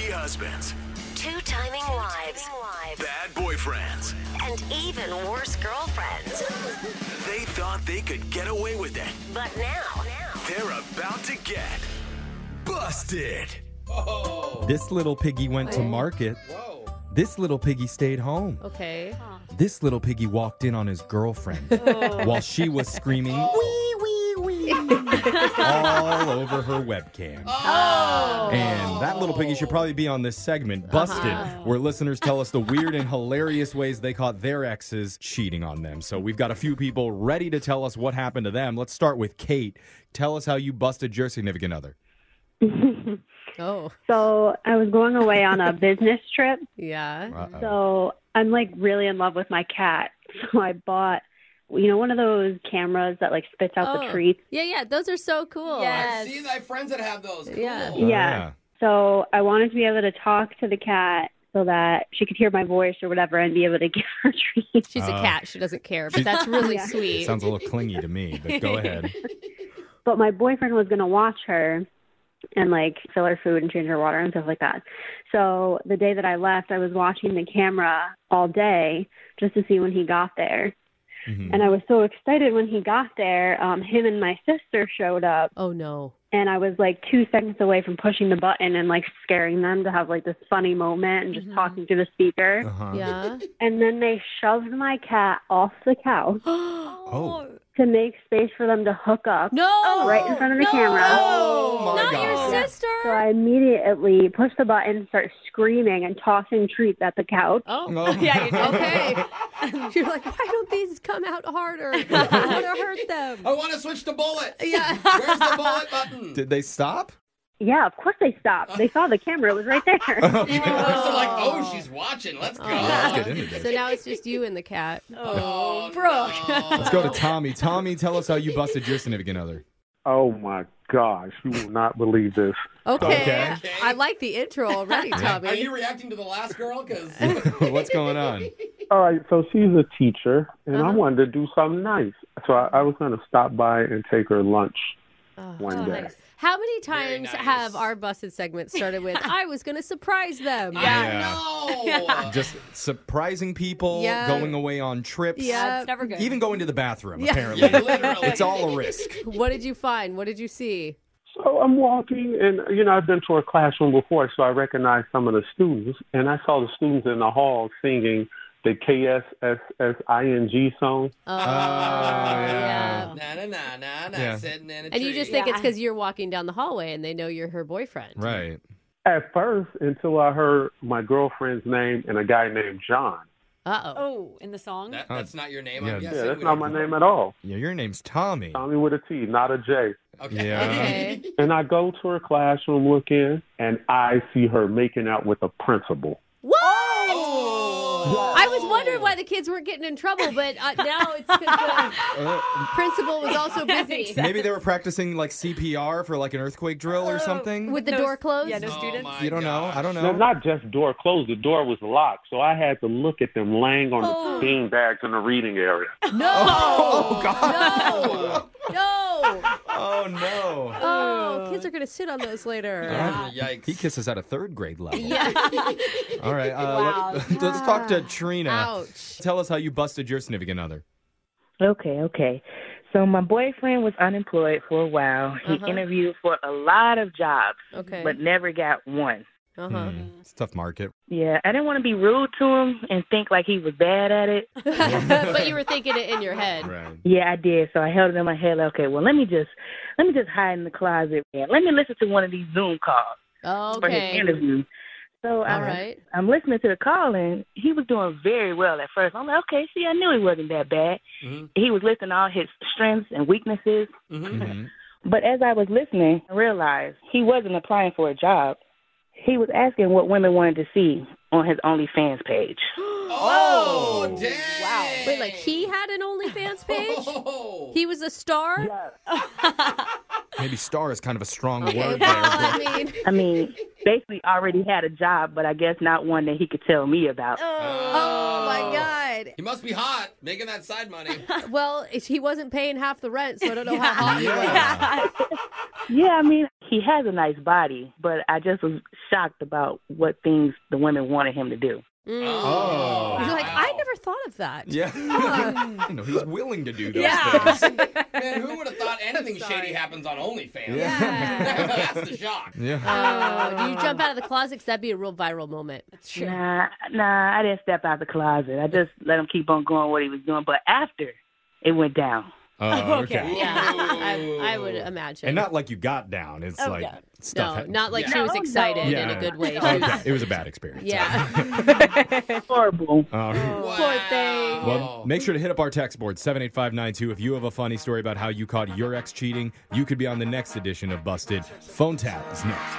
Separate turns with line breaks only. husbands,
Two timing wives.
bad boyfriends.
And even worse girlfriends.
They thought they could get away with it.
But now, now
They're about to get busted.
This little piggy went to market. This little piggy stayed home.
Okay.
This little piggy walked in on his girlfriend while she was screaming wee wee wee all over her webcam.
Oh.
Oh. And that little piggy should probably be on this segment, Busted, where listeners tell us the weird and hilarious ways they caught their exes cheating on them. So we've got a few people ready to tell us what happened to them. Let's start with Kate. Tell us how you busted your significant other.
Oh,
So I was going away on a business trip.
yeah.
Uh-oh.
So I'm like really in love with my cat. So I bought, you know, one of those cameras that like spits out
Oh.
the treats.
Yeah, yeah. Those are so cool.
I've seen I have friends that have those. Cool.
Yeah.
Oh,
yeah. So I wanted to be able to talk to the cat so that she could hear my voice or whatever and be able to give her treats.
She's a
Uh,
cat. She doesn't care, but
she's-
that's really
Yeah.
sweet.
Sounds a little clingy to me, but go ahead.
But my boyfriend was going to watch her and like fill her food and change her water and stuff like that. So the day that I left, I was watching the camera all day just to see when he got there.
Mhm.
And I was so excited when he got there. Um, him and my sister showed up,
Oh no.
and I was like two seconds away from pushing the button and like scaring them to have like this funny moment and just
Mhm.
talking to the speaker.
Uh-huh.
Yeah.
And then they shoved my cat off the couch
Oh.
to make space for them to hook up
No.
right in front of the camera.
Oh, my
Not
God.
your sister.
So I immediately pushed the button, start screaming and tossing treats at the couch.
Oh,
No.
yeah, you did. Okay. You're like, why don't these come out harder? I want to hurt them.
I want to switch to bullets.
Yeah.
Where's the bullet button?
Did they stop?
Yeah, of course they stopped. They saw the camera; it was right there.
Even worse, they're like, oh, she's watching. Let's go.
Let's get into
So
this.
now it's just you and the cat.
Oh,
Let's go to Tommy. Tommy, tell us how you busted your significant other.
Oh my gosh, you will not believe this.
Okay.
Okay.
Okay.
I like the intro already, Tommy.
Are you reacting to the last girl? Because
What's going on?
All right, so she's a teacher, and I wanted to do something nice. So I, I was going to stop by and take her lunch one day.
How many times
nice.
have our busted segments started with, I was going to surprise them?
no.
Just surprising people,
Yeah.
going away on trips,
Yeah.
That's never good.
even going to the bathroom,
Yeah.
apparently.
Yeah, literally.
It's all a risk.
What did you find? What did you see?
So I'm walking, and you know I've been to a classroom before, so I recognized some of the students, and I saw the students in the hall singing the K S S S I N G song.
Oh,
Uh, yeah.
Na na na na na.
Yeah.
Sitting in a
And you
tree.
just think it's
Yeah.
because you're walking down the hallway and they know you're her boyfriend.
Right.
At first, until I heard my girlfriend's name and a guy named John.
Uh oh.
Oh, in the song.
That, that's not your name.
Yeah.
I'm
Yeah,
guessing.
Yeah, that's
We
not
don't-
my name at all.
Yeah, your name's Tommy.
Tommy with a T, not a J.
Okay.
Yeah.
Okay.
And I go to her classroom, look in, and I see her making out with the principal.
What?
Oh.
I was wondering why the kids weren't getting in trouble, but uh, now it's 'cause the
Uh,
principal was also busy
maybe they were practicing like CPR for like an earthquake drill
Oh,
or something.
with the
No-
door closed.
Yeah, no
Oh
students.
my
You don't know.
gosh.
I don't
No,
know.
not just door closed. The door was locked, so I had to look at them laying on
Oh.
the bean bags in the reading area.
Oh, God.
No. No.
Oh, no.
Oh, kids are going to sit on those later.
Yeah.
Oh, Yikes.
He kisses at a third grade level.
Yeah.
All right. Uh, let, us talk to Trina.
Ouch.
Tell us how you busted your significant other.
Okay, okay. So my boyfriend was unemployed for a while. He
Uh-huh.
interviewed for a lot of jobs,
Okay.
but never got one.
Uh-huh.
Hmm. It's a tough market.
Yeah, I didn't want to be rude to him and think like he was bad at it.
but you were thinking it in your head.
Right.
Yeah, I did. So I held it in my head. Okay, well let me just let me just hide in the closet and let me listen to one of these Zoom calls for his
Oh, Okay.
interview.
All
So I'm,
right.
I'm listening to the call and he was doing very well at first. I'm like, okay, see, I knew he wasn't that bad.
Mm-hmm.
Mhm.
He was listing all his strengths and weaknesses.
Mhm.
Mhm.
But as I was listening, I realized he wasn't applying for a job. He was asking what women wanted to see on his OnlyFans page.
Oh,
Wow.
dang.
Wait, like he had an OnlyFans page?
Oh.
He was a star?
Maybe star is kind of a strong
Okay,
word
well,
there.
I mean,
I mean, basically already had a job, but I guess not one that he could tell me about.
Oh my
He must be hot making that side money.
God. Well, he wasn't paying half the rent, so I don't know how hot he was.
Yeah.
Yeah, I mean, he has a nice body, but I just was shocked about what things the women wanted him to do.
Mm.
Oh.
You're like, I
wow.
never thought of that.
Yeah. you know, he's willing to do those
Yeah.
things.
Man, who would have thought anything shady happens on OnlyFans?
Yeah.
That's the shock.
Yeah.
Oh, do you jump out of the closet? Cause that'd be a real viral moment.
Nah, nah, I didn't step out the closet. I just let him keep on going what he was doing. But after it went down,
Oh, okay.
Yeah, I, I would imagine.
And not like you got down. It's like stuff.
Oh, no,
hap-
not like
Yeah.
she was
No, no.
excited
yeah.
in a good way. She
Okay.
was-
It was a bad experience.
yeah.
horrible.
All right.
Wow.
Poor thing.
Well, make sure to hit up our text board, 78592. If you have a funny story about how you caught your ex cheating, you could be on the next edition of Busted. Phone Tap is next.